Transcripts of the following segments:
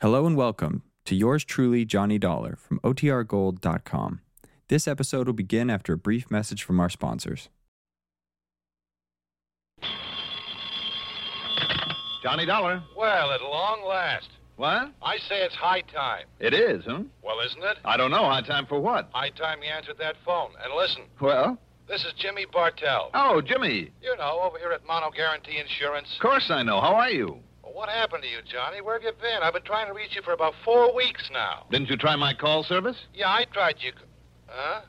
Hello and welcome to yours truly, Johnny Dollar from OTRGold.com. This episode will begin after a brief message from our sponsors. Johnny Dollar. Well, at long last. What? I say it's high time. It is, huh? Well, isn't it? I don't know. High time for what? High time you answered that phone. And listen, Well? this is Jimmy Bartell. Oh, Jimmy. You know, over here at Mono Guarantee Insurance. Of course I know. How are you? Well, what happened to you, Johnny? Where have you been? I've been trying to reach you for about four weeks now. Didn't you try my call service? Yeah, I tried you. Huh?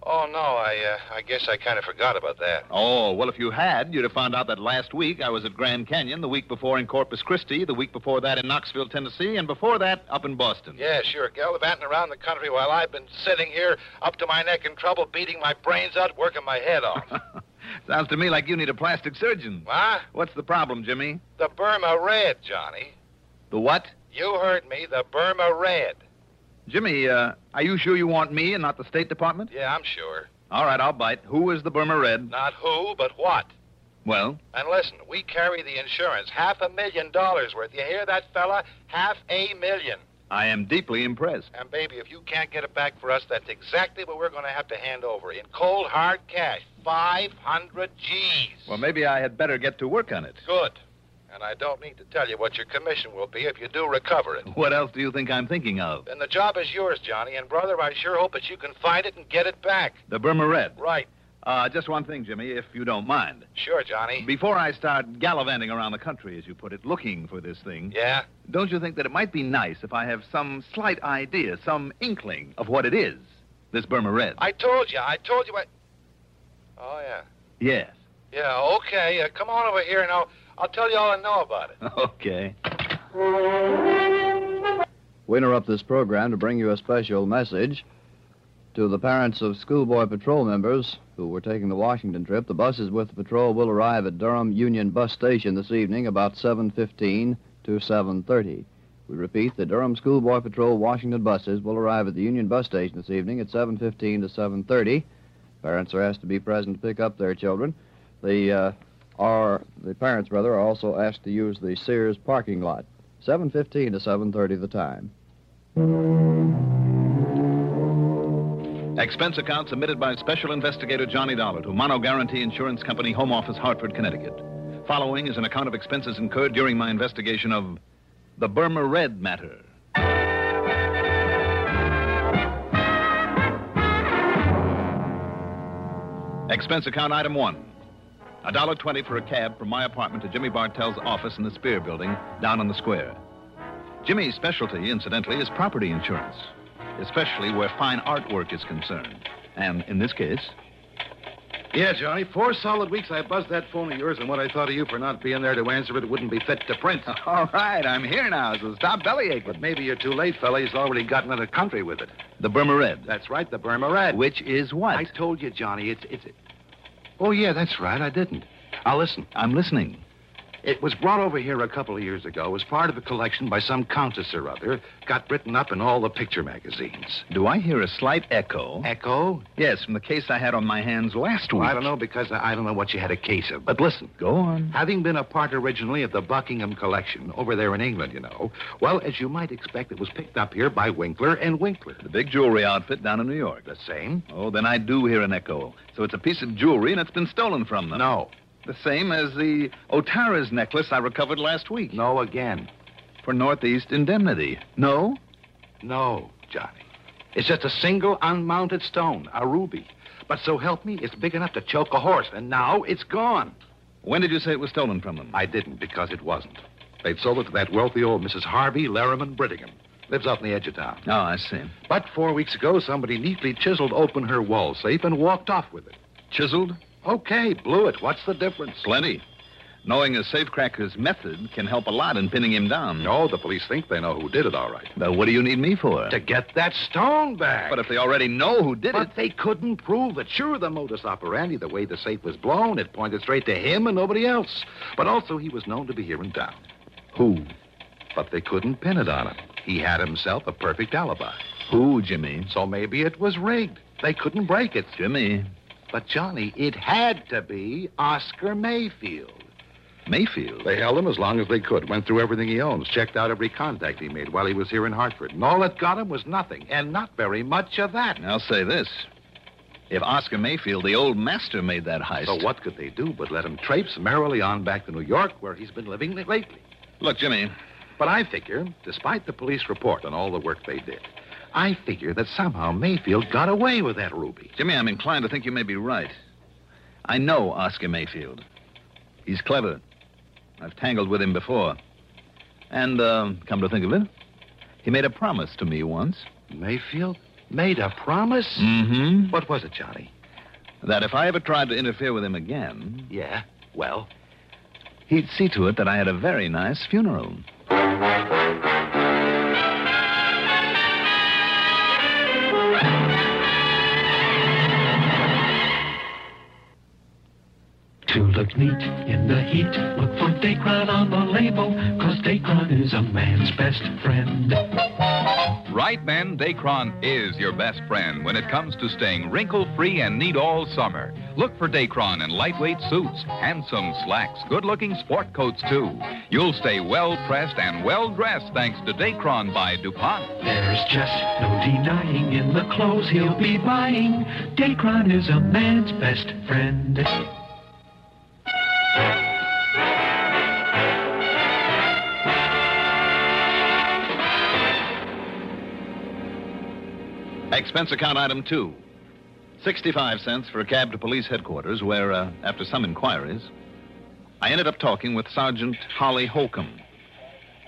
Oh, no, I, uh, I guess I kind of forgot about that. Oh, well, if you had, you'd have found out that last week I was at Grand Canyon, the week before in Corpus Christi, the week before that in Knoxville, Tennessee, and before that up in Boston. Yeah, sure, gallivanting around the country while I've been sitting here up to my neck in trouble, beating my brains out, working my head off. Sounds to me like you need a plastic surgeon. huh? What's the problem, Jimmy? The Burma Red, Johnny. The what? You heard me, the Burma Red. Jimmy, uh, are you sure you want me and not the State Department? Yeah, I'm sure. All right, I'll bite. Who is the Burma Red? Not who, but what. Well, And listen, we carry the insurance. Half a million dollars worth. You hear that, fella? Half a million. I am deeply impressed. And, baby, if you can't get it back for us, that's exactly what we're going to have to hand over in cold, hard cash. 500 G's. Well, maybe I had better get to work on it. Good. And I don't need to tell you what your commission will be if you do recover it. What else do you think I'm thinking of? Then the job is yours, Johnny. And, brother, I sure hope that you can find it and get it back. The Burma Red. Right. Uh, just one thing, Jimmy, if you don't mind. Sure, Johnny. Before I start gallivanting around the country, as you put it, looking for this thing, Yeah? don't you think that it might be nice if I have some slight idea, some inkling of what it is, this Burma Red? I told you. I told you. I... Oh, yeah. Yes. Yeah, okay. Uh, come on over here and I'll, I'll tell you all I know about it. Okay. We interrupt this program to bring you a special message to the parents of schoolboy patrol members who were taking the Washington trip. The buses with the patrol will arrive at Durham Union Bus Station this evening about 7:15 to 7:30. We repeat, the Durham Schoolboy Patrol Washington buses will arrive at the Union Bus Station this evening at 7:15 to 7:30. Parents are asked to be present to pick up their children. The uh, are the parents rather are also asked to use the Sears parking lot. 7:15 to 7:30 the time. Expense account submitted by Special Investigator Johnny Dollar to Mono Guarantee Insurance Company, Home Office, Hartford, Connecticut. Following is an account of expenses incurred during my investigation of the Burma Red matter. Expense account item one. A dollar twenty for a cab from my apartment to Jimmy Bartell's office in the Spear Building down on the square. Jimmy's specialty, incidentally, is property insurance, especially where fine artwork is concerned. And in this case, Yeah, Johnny. Four solid weeks I buzzed that phone of yours, and what I thought of you for not being there to answer it wouldn't be fit to print. all right, I'm here now, so stop bellyache. But maybe you're too late, fella. He's already gotten out of country with it. The Burma Red, That's right, the Burma Red. which is what? I told you, Johnny. It's it's. Oh yeah, that's right. I didn't. Now listen. I'm listening. It was brought over here a couple of years ago. Was part of a collection by some countess or other. Got written up in all the picture magazines. Do I hear a slight echo? Echo? Yes, from the case I had on my hands last week. Well, I don't know because I I don't know what you had a case of. But listen. Go on. Having been a part originally of the Buckingham collection over there in England, you know, well, as you might expect, it was picked up here by Winkler and Winkler. The big jewelry outfit down in New York. The same? Oh, then I do hear an echo. So it's a piece of jewelry and it's been stolen from them. No. The same as the Otara's necklace I recovered last week. No again. For Northeast indemnity. No? No, Johnny. It's just a single unmounted stone, a ruby. But so help me, it's big enough to choke a horse, and now it's gone. When did you say it was stolen from them? I didn't because it wasn't. They'd sold it to that wealthy old Mrs. Harvey Larriman Brittingham. Lives out in the edge of town. Oh, I see. But four weeks ago, somebody neatly chiseled open her wall safe and walked off with it. Chiseled? Okay, blew it. What's the difference? Plenty. Knowing a safecracker's method can help a lot in pinning him down. No, the police think they know who did it, all right. Now, what do you need me for? To get that stone back. But if they already know who did But it, they couldn't prove it. Sure, the modus operandi, the way the safe was blown, it pointed straight to him and nobody else. But also, he was known to be here in town. who? But they couldn't pin it on him. He had himself a perfect alibi. Who, Jimmy? So maybe it was rigged. They couldn't break it. Jimmy. But, Johnny, it had to be Oscar Mayfield. Mayfield? They held him as long as they could, went through everything he owns, checked out every contact he made while he was here in Hartford. And all that got him was nothing, and not very much of that. I'll say this. If Oscar Mayfield, the old master, made that heist. So what could they do but let him traipse merrily on back to New York, where he's been living lately? Look, Jimmy, But I figure, despite the police report on all the work they did, I figure that somehow Mayfield got away with that ruby. Jimmy, I'm inclined to think you may be right. I know Oscar Mayfield. He's clever. I've tangled with him before. And, uh, come to think of it, he made a promise to me once. Mayfield made a promise? Mm-hmm. What was it, Johnny? That if I ever tried to interfere with him again, Yeah, well, he'd see to it that I had a very nice funeral. To look neat in the heat, look for Dacron on the label, cause Dacron is a man's best friend. Right then, Dacron is your best friend when it comes to staying wrinkle free and neat all summer. Look for Dacron in lightweight suits, handsome slacks, good looking sport coats, too. You'll stay well pressed and well dressed thanks to Dacron by DuPont. There's just no denying in the clothes he'll be buying, Dacron is a man's best friend. Expense account item two. 65 cents for a cab to police headquarters, where, uh, after some inquiries, I ended up talking with Sergeant Holly Holcomb.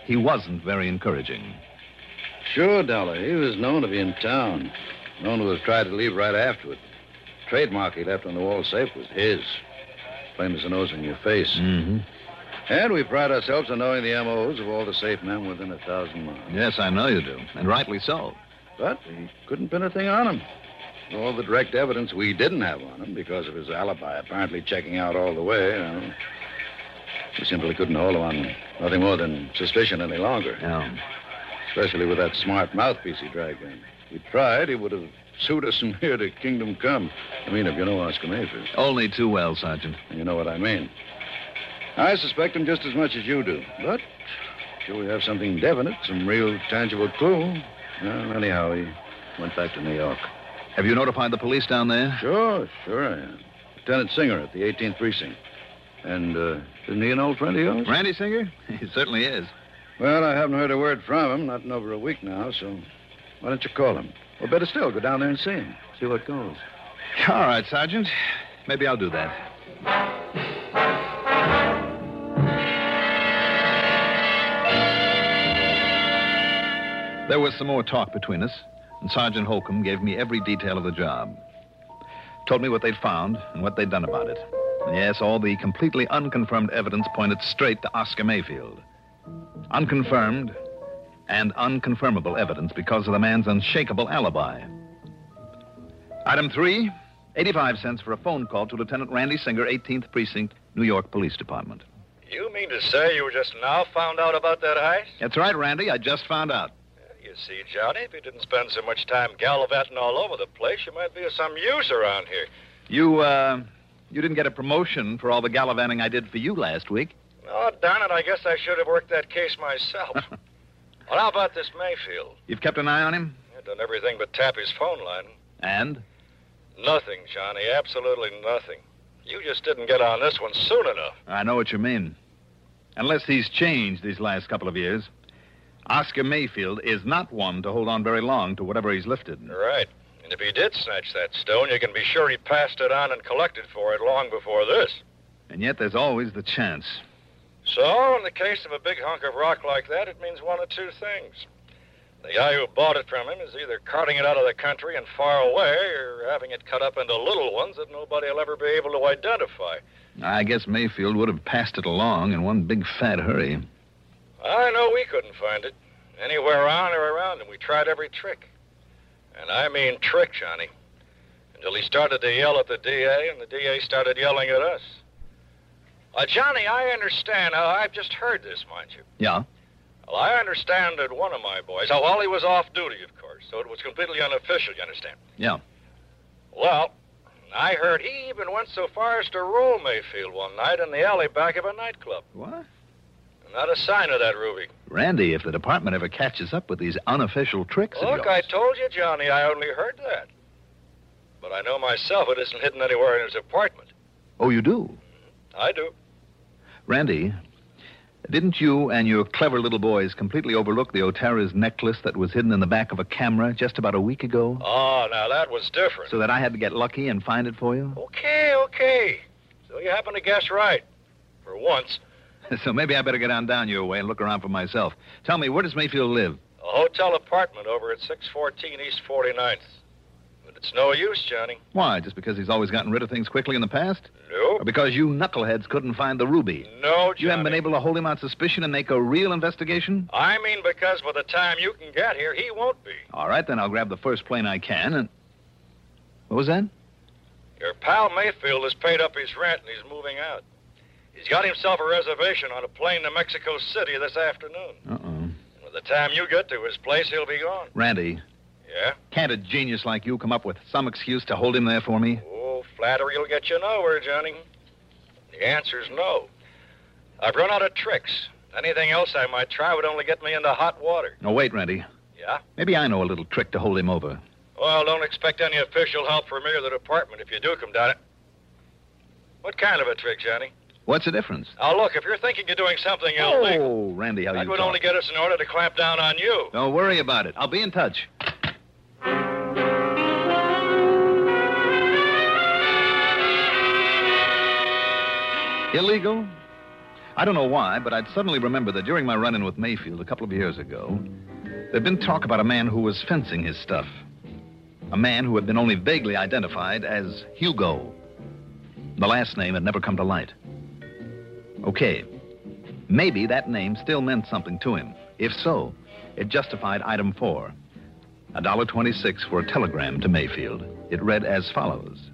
He wasn't very encouraging. Sure, Dollar. He was known to be in town. Known to have tried to leave right afterward. Trademark he left on the wall safe was his. Plain as the nose on your face. Mm-hmm. And we pride ourselves on knowing the MOs of all the safe men within a thousand miles. Yes, I know you do, and rightly so. But we couldn't pin a thing on him. All the direct evidence we didn't have on him because of his alibi apparently checking out all the way. you know, we simply couldn't hold him on nothing more than suspicion any longer, Yeah. especially with that smart mouthpiece he dragged in. We tried, he would have sued us from here to kingdom come. I mean, if you know Oscar Mayfield, Only too well, Sergeant. and you know what I mean. I suspect him just as much as you do, but sure we have something definite, some real tangible clue. Well, anyhow, he went back to New York. Have you notified the police down there? Sure, sure I am. Lieutenant Singer at the 18th Precinct. And uh, isn't he an old friend of yours? Randy Singer? He certainly is. Well, I haven't heard a word from him, not in over a week now, so why don't you call him? Or better still, go down there and see him. See what goes. All right, Sergeant. Maybe I'll do that. There was some more talk between us, and Sergeant Holcomb gave me every detail of the job. Told me what they'd found and what they'd done about it. And yes, all the completely unconfirmed evidence pointed straight to Oscar Mayfield. Unconfirmed and unconfirmable evidence because of the man's unshakable alibi. Item three, 85 cents for a phone call to Lieutenant Randy Singer, 18th Precinct, New York Police Department. You mean to say you just now found out about that heist? That's right, Randy. I just found out. You see, Johnny, if you didn't spend so much time gallivanting all over the place, you might be of some use around here. You, uh, you didn't get a promotion for all the gallivanting I did for you last week. Oh, darn it, I guess I should have worked that case myself. well, how about this Mayfield? You've kept an eye on him? I've done everything but tap his phone line. And? Nothing, Johnny, absolutely nothing. You just didn't get on this one soon enough. I know what you mean. Unless he's changed these last couple of years, Oscar Mayfield is not one to hold on very long to whatever he's lifted. Right. And if he did snatch that stone, you can be sure he passed it on and collected for it long before this. And yet there's always the chance. So, in the case of a big hunk of rock like that, it means one of two things. The guy who bought it from him is either carting it out of the country and far away, or having it cut up into little ones that nobody will ever be able to identify. I guess Mayfield would have passed it along in one big fat hurry. I know we couldn't find it anywhere on or around him. We tried every trick. And I mean trick, Johnny. Until he started to yell at the DA, and the DA started yelling at us. Uh, Johnny, I understand. Uh, I've just heard this, mind you. Yeah? Well, I understand that one of my boys. Oh, well, he was off duty, of course, so it was completely unofficial, you understand? Yeah. Well, I heard he even went so far as to roll Mayfield one night in the alley back of a nightclub. What? Not a sign of that, Ruby. Randy, if the department ever catches up with these unofficial tricks of Look, I yours- told you, Johnny, I only heard that. But I know myself it isn't hidden anywhere in his apartment. Oh, you do? I do. Randy, didn't you and your clever little boys completely overlook the Otara's necklace that was hidden in the back of a camera just about a week ago? Oh, now that was different. So that I had to get lucky and find it for you? Okay, okay. So you happen to guess right. For once. so maybe I better get on down your way and look around for myself. Tell me, where does Mayfield live? A hotel apartment over at 614 East 49th. But it's no use, Johnny. Why? Just because he's always gotten rid of things quickly in the past? Or Nope. because you knuckleheads couldn't find the ruby? No, Johnny. You haven't been able to hold him on suspicion and make a real investigation? I mean, because by the time you can get here, he won't be. All right, then I'll grab the first plane I can and. What was that? Your pal Mayfield has paid up his rent and he's moving out. He's got himself a reservation on a plane to Mexico City this afternoon. Uh oh. And by the time you get to his place, he'll be gone. Randy, Yeah? can't a genius like you come up with some excuse to hold him there for me? Oh, flattery will get you nowhere, Johnny. The answer's no. I've run out of tricks. Anything else I might try would only get me into hot water. No, wait, Randy. Yeah? Maybe I know a little trick to hold him over. Well, don't expect any official help from me or the department if you do come down it. What kind of a trick, Johnny? What's the difference? Now, look, if you're thinking you're doing something illegal, Oh, Randy, how that you would talk. only get us an order to clamp down on you. Don't worry about it. I'll be in touch. Illegal? I don't know why, but I'd suddenly remember that during my run in with Mayfield a couple of years ago, there'd been talk about a man who was fencing his stuff. A man who had been only vaguely identified as Hugo. The last name had never come to light. Okay, maybe that name still meant something to him. If so, it justified item four. A dollar twenty-six for a telegram to Mayfield. It read as follows: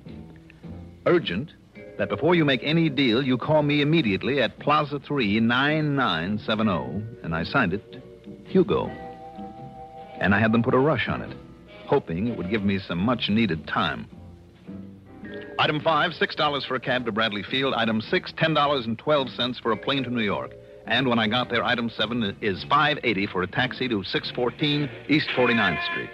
Urgent that before you make any deal, you call me immediately at Plaza Three nine nine seven zero. And I signed it, Hugo. And I had them put a rush on it, hoping it would give me some much-needed time. Item five, six dollars for a cab to Bradley Field. Item six, ten dollars and twelve cents for a plane to New York. And when I got there, item seven is five eighty for a taxi to six fourteen East 49th Street.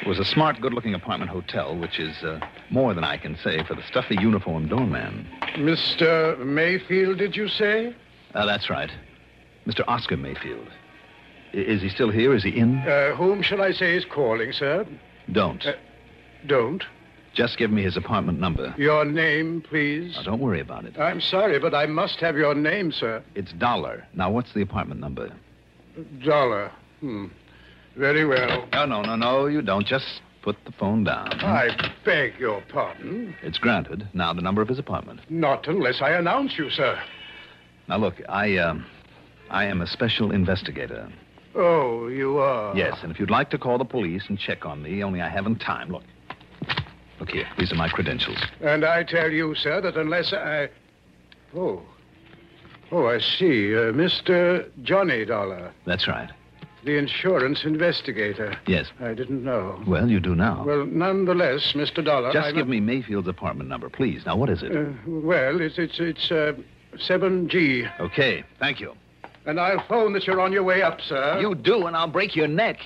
It was a smart, good-looking apartment hotel, which is uh, more than I can say for the stuffy uniformed doorman. Mr. Mayfield, did you say? Uh, that's right, Mr. Oscar Mayfield. I- is he still here? Is he in? Uh, whom shall I say is calling, sir? Don't. uh, Don't. Just give me his apartment number. Your name, please. Now, don't worry about it. I'm sorry, but I must have your name, sir. It's Dollar. Now, what's the apartment number? Dollar. Hmm. Very well. No, no, no, no, you don't. Just put the phone down. I beg your pardon. It's granted. Now, the number of his apartment. Not unless I announce you, sir. Now, look, I, um, I am a special investigator. Oh, you are. Yes, and if you'd like to call the police and check on me, only I haven't time. Look. Look here. These are my credentials. And I tell you, sir, that unless I. Oh. Oh, I see. Uh, Mr. Johnny Dollar, That's right. the insurance investigator. Yes. I didn't know. Well, you do now. Well, nonetheless, Mr. Dollar. Just I'm give me Mayfield's apartment number, please. Now, what is it? Uh, well, it's it's it's uh, 7G, okay, thank you. and I'll phone that you're on your way up, sir. you do, and I'll break your neck.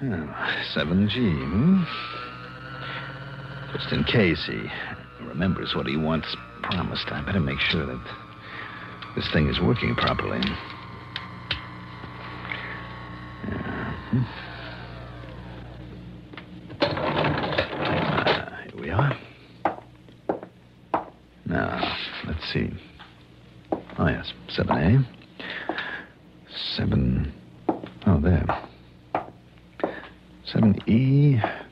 Hmm, Seven G. Hmm? Just in case he remembers what he once promised, I better make sure that this thing is working properly. Yeah, hmm. Ah, here we are. Now, let's see. Oh, yes. 7A. 7. Oh, there. E, 7E.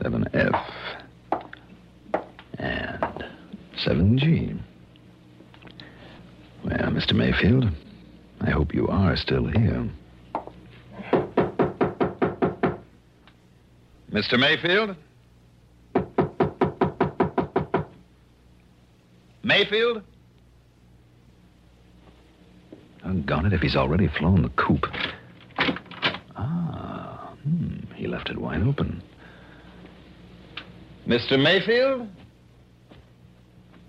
7F. And 7G. Well, Mr. Mayfield, I hope you are still here. Mr. Mayfield? Mayfield? Oh, Doggone it if he's already flown the coop. Ah, hmm, he left. left it wide open. Mr. Mayfield?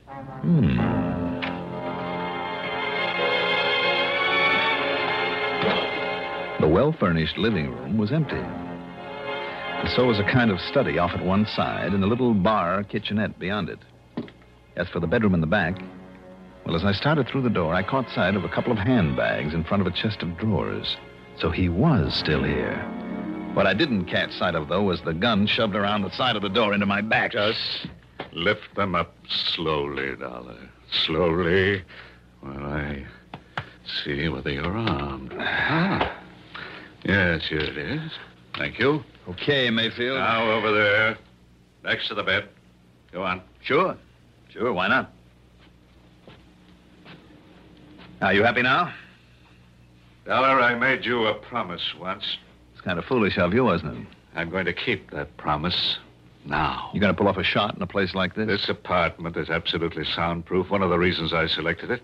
Hmm. The well furnished living room was empty. And so was a kind of study off at one side and a little bar kitchenette beyond it. As for the bedroom in the back, well, as I started through the door, I caught sight of a couple of handbags in front of a chest of drawers. So he was still here. What I didn't catch sight of, though, was the gun shoved around the side of the door into my back. Just lift them up slowly, Dollar. Slowly. Well, I see whether you're armed. Ah. Yes, here it is. Thank you. Okay, Mayfield. Now over there. Next to the bed. Go on. Sure. Sure, why not? Are you happy now? Dollar, I made you a promise once. It's kind of foolish of you, wasn't it? I'm going to keep that promise now. You gonna pull off a shot in a place like this? This apartment is absolutely soundproof. One of the reasons I selected it.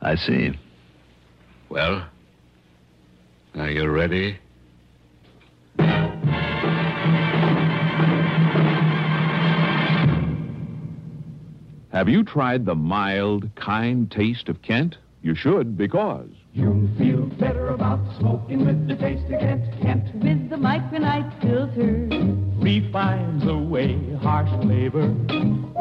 I see. Well, are you ready? Have you tried the mild, kind taste of Kent? You should, because. You'll feel better about smoking with the taste of Kent, Kent. with the micronite filter. Refines away harsh flavor,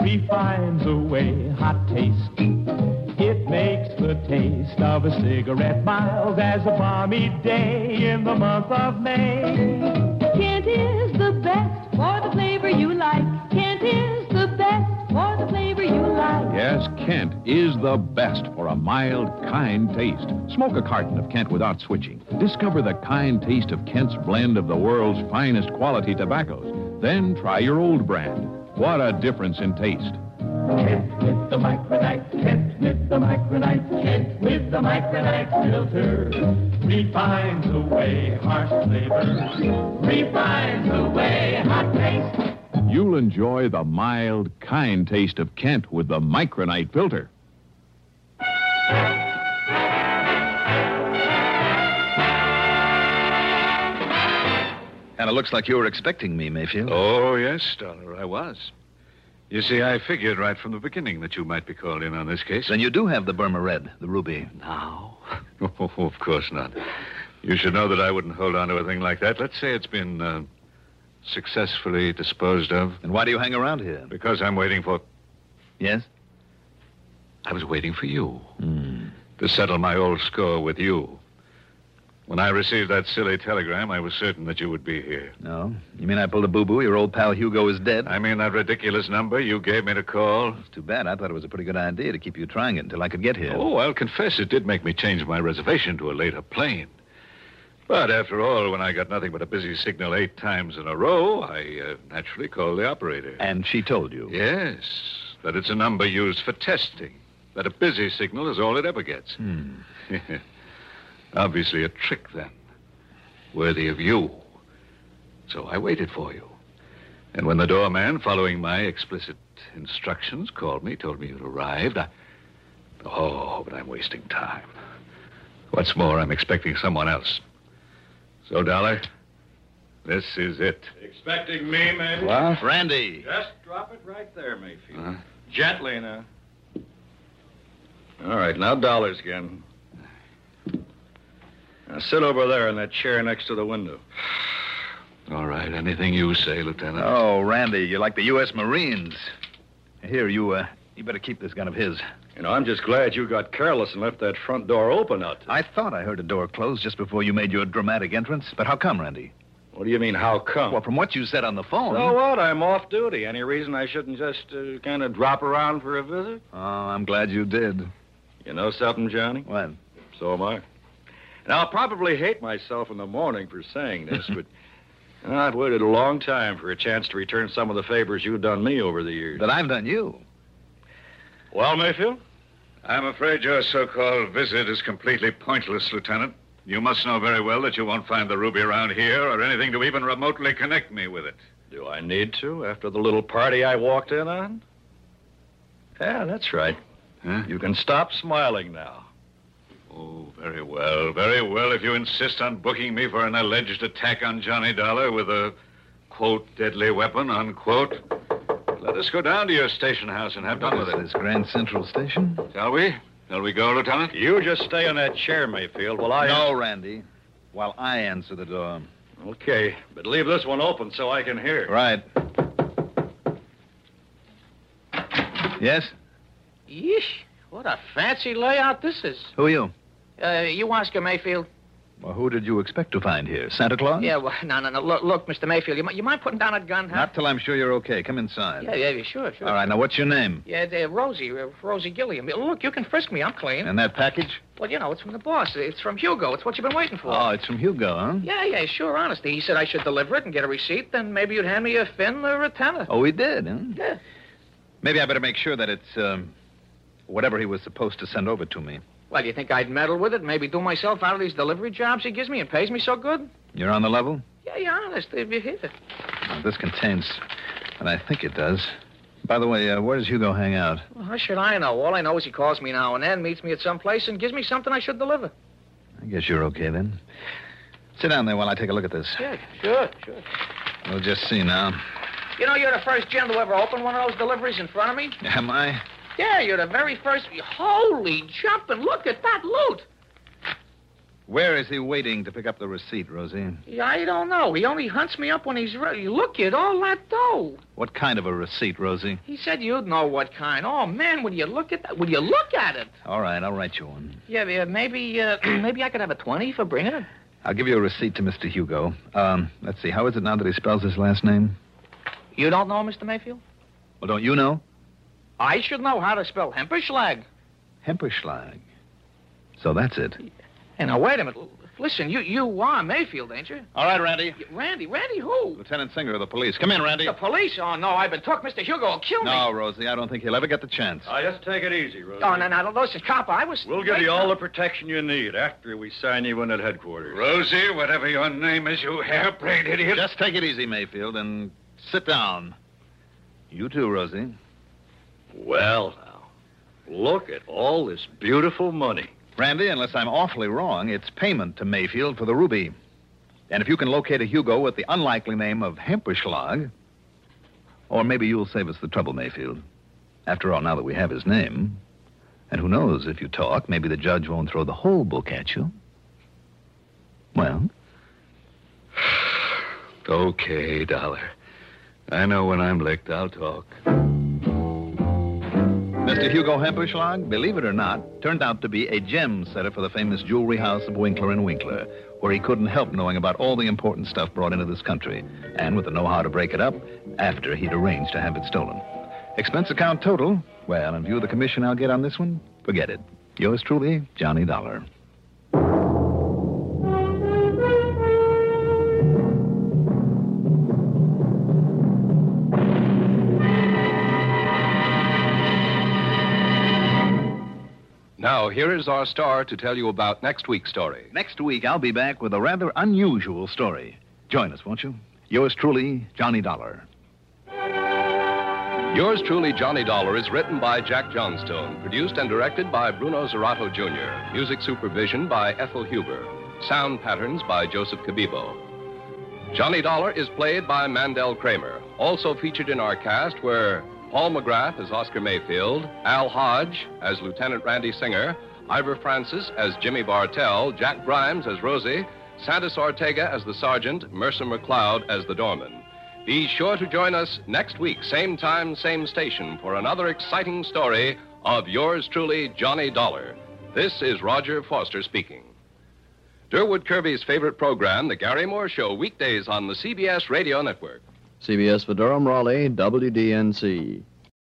refines away hot taste. It makes the taste of a cigarette mild as a balmy day in the month of May. Kent is the best for the flavor you like. Kent is the best for the flavor you like. Yes, Kent is the best for a mild, kind taste. Smoke a carton of Kent without switching. Discover the kind taste of Kent's blend of the world's finest quality tobaccos. Then try your old brand. What a difference in taste. Kent with the micronite, Kent with the micronite, Kent with the micronite filter. Refines away harsh flavor, refines away hot taste. You'll enjoy the mild, kind taste of Kent with the micronite filter. And it looks like you were expecting me, Mayfield. Oh, yes, Dollar, I was. You see, I figured right from the beginning that you might be called in on this case. Then you do have the Burma Red, the ruby. now? Oh, of course not. You should know that I wouldn't hold on to a thing like that. Let's say it's been uh, successfully disposed of And why do you hang around here? because I'm waiting for. Yes? I was waiting for you Hmm. to settle my old score with you. When I received that silly telegram, I was certain that you would be here. No. You mean I pulled a boo boo? Your old pal Hugo is dead? I mean, that ridiculous number you gave me to call. It's too bad. I thought it was a pretty good idea to keep you trying it until I could get here. Oh, I'll confess it did make me change my reservation to a later plane. But after all, when I got nothing but a busy signal eight times in a row, I uh, naturally called the operator. And she told you. Yes, that it's a number used for testing, that a busy signal is all it ever gets. Obviously, a trick then, worthy of you. So I waited for you. And when the doorman, following my explicit instructions, called me, told me you'd arrived, I. Oh, but I'm wasting time. What's more, I'm expecting someone else. So, Dollar, this is it. Expecting me, maybe? Ah, Randy. Just drop it right there, Mayfield. Gently now. All right, now dollars again. Now sit over there in that chair next to the window. All right, anything you say, Lieutenant. Oh, Randy, you're like the U.S. Marines. Here, you, uh, you better keep this gun of his. You know, I'm just glad you got careless and left that front door open out there. I thought I heard a door close just before you made your dramatic entrance, but how come, Randy? What do you mean, how come? Well, from what you said on the phone. so what? I'm off duty. Any reason I shouldn't just uh, kind of drop around for a visit? Oh, I'm glad you did. You know something, Johnny? What? So am I. And I'll probably hate myself in the morning for saying this, but you know, I've waited a long time for a chance to return some of the favors you've done me over the years. That I've done you. Well, Mayfield? I'm afraid your so called visit is completely pointless, Lieutenant. You must know very well that you won't find the ruby around here or anything to even remotely connect me with it. Do I need to after the little party I walked in on? Yeah, that's right. Huh? You can stop smiling now. Oh, very well, very well. If you insist on booking me for an alleged attack on Johnny Dollar with a quote deadly weapon unquote, let us go down to your station house and have done with it. This Grand Central Station? Shall we? Shall we go, Lieutenant? You just stay in that chair, Mayfield, while I. No, Randy. While I answer the door. Okay, but leave this one open so I can hear. Right. Yes? Yeesh, what a fancy layout this is. Who are you? Uh, you Oscar Mayfield? Well, who did you expect to find here? Santa Claus? Yeah, well, no, no, no. Look, look Mr. Mayfield, you, mi- you mind putting down that gun? Huh? Not till I'm sure you're okay. Come inside. Yeah, yeah, yeah, sure, sure. All right, now what's your name? Yeah, uh, Rosie, uh, Rosie Gilliam. Look, you can frisk me. I'm clean. And that package? Well, you know, it's from the boss. It's from Hugo. It's what you've been waiting for. Oh, it's from Hugo, huh? Yeah, yeah, sure, honestly. He said I should deliver it and get a receipt, then maybe you'd hand me a fin or a tenner. Oh, he did, huh? Yeah. Maybe I better make sure that it's um, whatever he was supposed to send over to me. Well, you think I'd meddle with it, maybe do myself out of these delivery jobs he gives me and pays me so good? You're on the level? Yeah, yeah, honest. If you hit it. Now, this contains what I think it does. By the way, uh, where does Hugo hang out? Well, how should I know? All I know is he calls me now and then, meets me at some place, and gives me something I should deliver. I guess you're okay then. Sit down there while I take a look at this. Yeah, sure, sure. We'll just see now. You know, you're the first gent who ever opened one of those deliveries in front of me. Am I? Yeah, you're the very first. Holy jumping! Look at that loot. Where is he waiting to pick up the receipt, Rosie? Yeah, I don't know. He only hunts me up when he's ready. Look at all that dough. What kind of a receipt, Rosie? He said you'd know what kind. Oh man, will you look at that? Will you look at it? All right, I'll write you one. Yeah, yeah maybe, uh, maybe I could have a twenty for bringing it. I'll give you a receipt to Mr. Hugo. Um, let's see, how is it now that he spells his last name? You don't know, Mr. Mayfield? Well, don't you know? I should know how to spell Hemperschlag. Hemperschlag. So that's it. Hey, now wait a minute. Listen, you you are Mayfield, ain't you? All right, Randy. Randy, Randy, who? Lieutenant Singer of the police. Come in, Randy. The police? Oh no, I've been took. Mr. Hugo will kill me. No, Rosie, I don't think he'll ever get the chance. Now, just take it easy, Rosie. Oh no, no, no, listen, cop. I was. We'll give you all the protection you need after we sign you in at headquarters. Rosie, whatever your name is, you hair-brained idiot. Just take it easy, Mayfield, and sit down. You too, Rosie. Well, now, look at all this beautiful money. Randy, unless I'm awfully wrong, it's payment to Mayfield for the ruby. And if you can locate a Hugo with the unlikely name of Hemperschlag, or maybe you'll save us the trouble, Mayfield. After all, now that we have his name, and who knows, if you talk, maybe the judge won't throw the whole book at you. Well, Okay, Dollar. I know when I'm licked, I'll talk. Mr. Hugo Hemperschlag, believe it or not, turned out to be a gem setter for the famous jewelry house of Winkler and Winkler, where he couldn't help knowing about all the important stuff brought into this country, and with the know-how to break it up after he'd arranged to have it stolen. Expense account total? Well, in view of the commission I'll get on this one, forget it. Yours truly, Johnny Dollar. Now, here is our star to tell you about next week's story. Next week, I'll be back with a rather unusual story. Join us, won't you? Yours truly, Johnny Dollar. Yours truly, Johnny Dollar, is written by Jack Johnstone, produced and directed by Bruno Zerato Jr., music supervision by Ethel Huber, sound patterns by Joseph Cabibo. Johnny Dollar is played by Mandel Kramer. Also featured in our cast were Paul McGrath as Oscar Mayfield, Al Hodge as Lieutenant Randy Singer, Ivor Francis as Jimmy Bartell, Jack Grimes as Rosie, Santos Ortega as the sergeant, Mercer McLeod as the doorman. Be sure to join us next week, same time, same station, for another exciting story of yours truly, Johnny Dollar. This is Roger Foster speaking. Durwood Kirby's favorite program, The Gary Moore Show, weekdays on the CBS Radio Network. CBS for Durham, Raleigh, WDNC.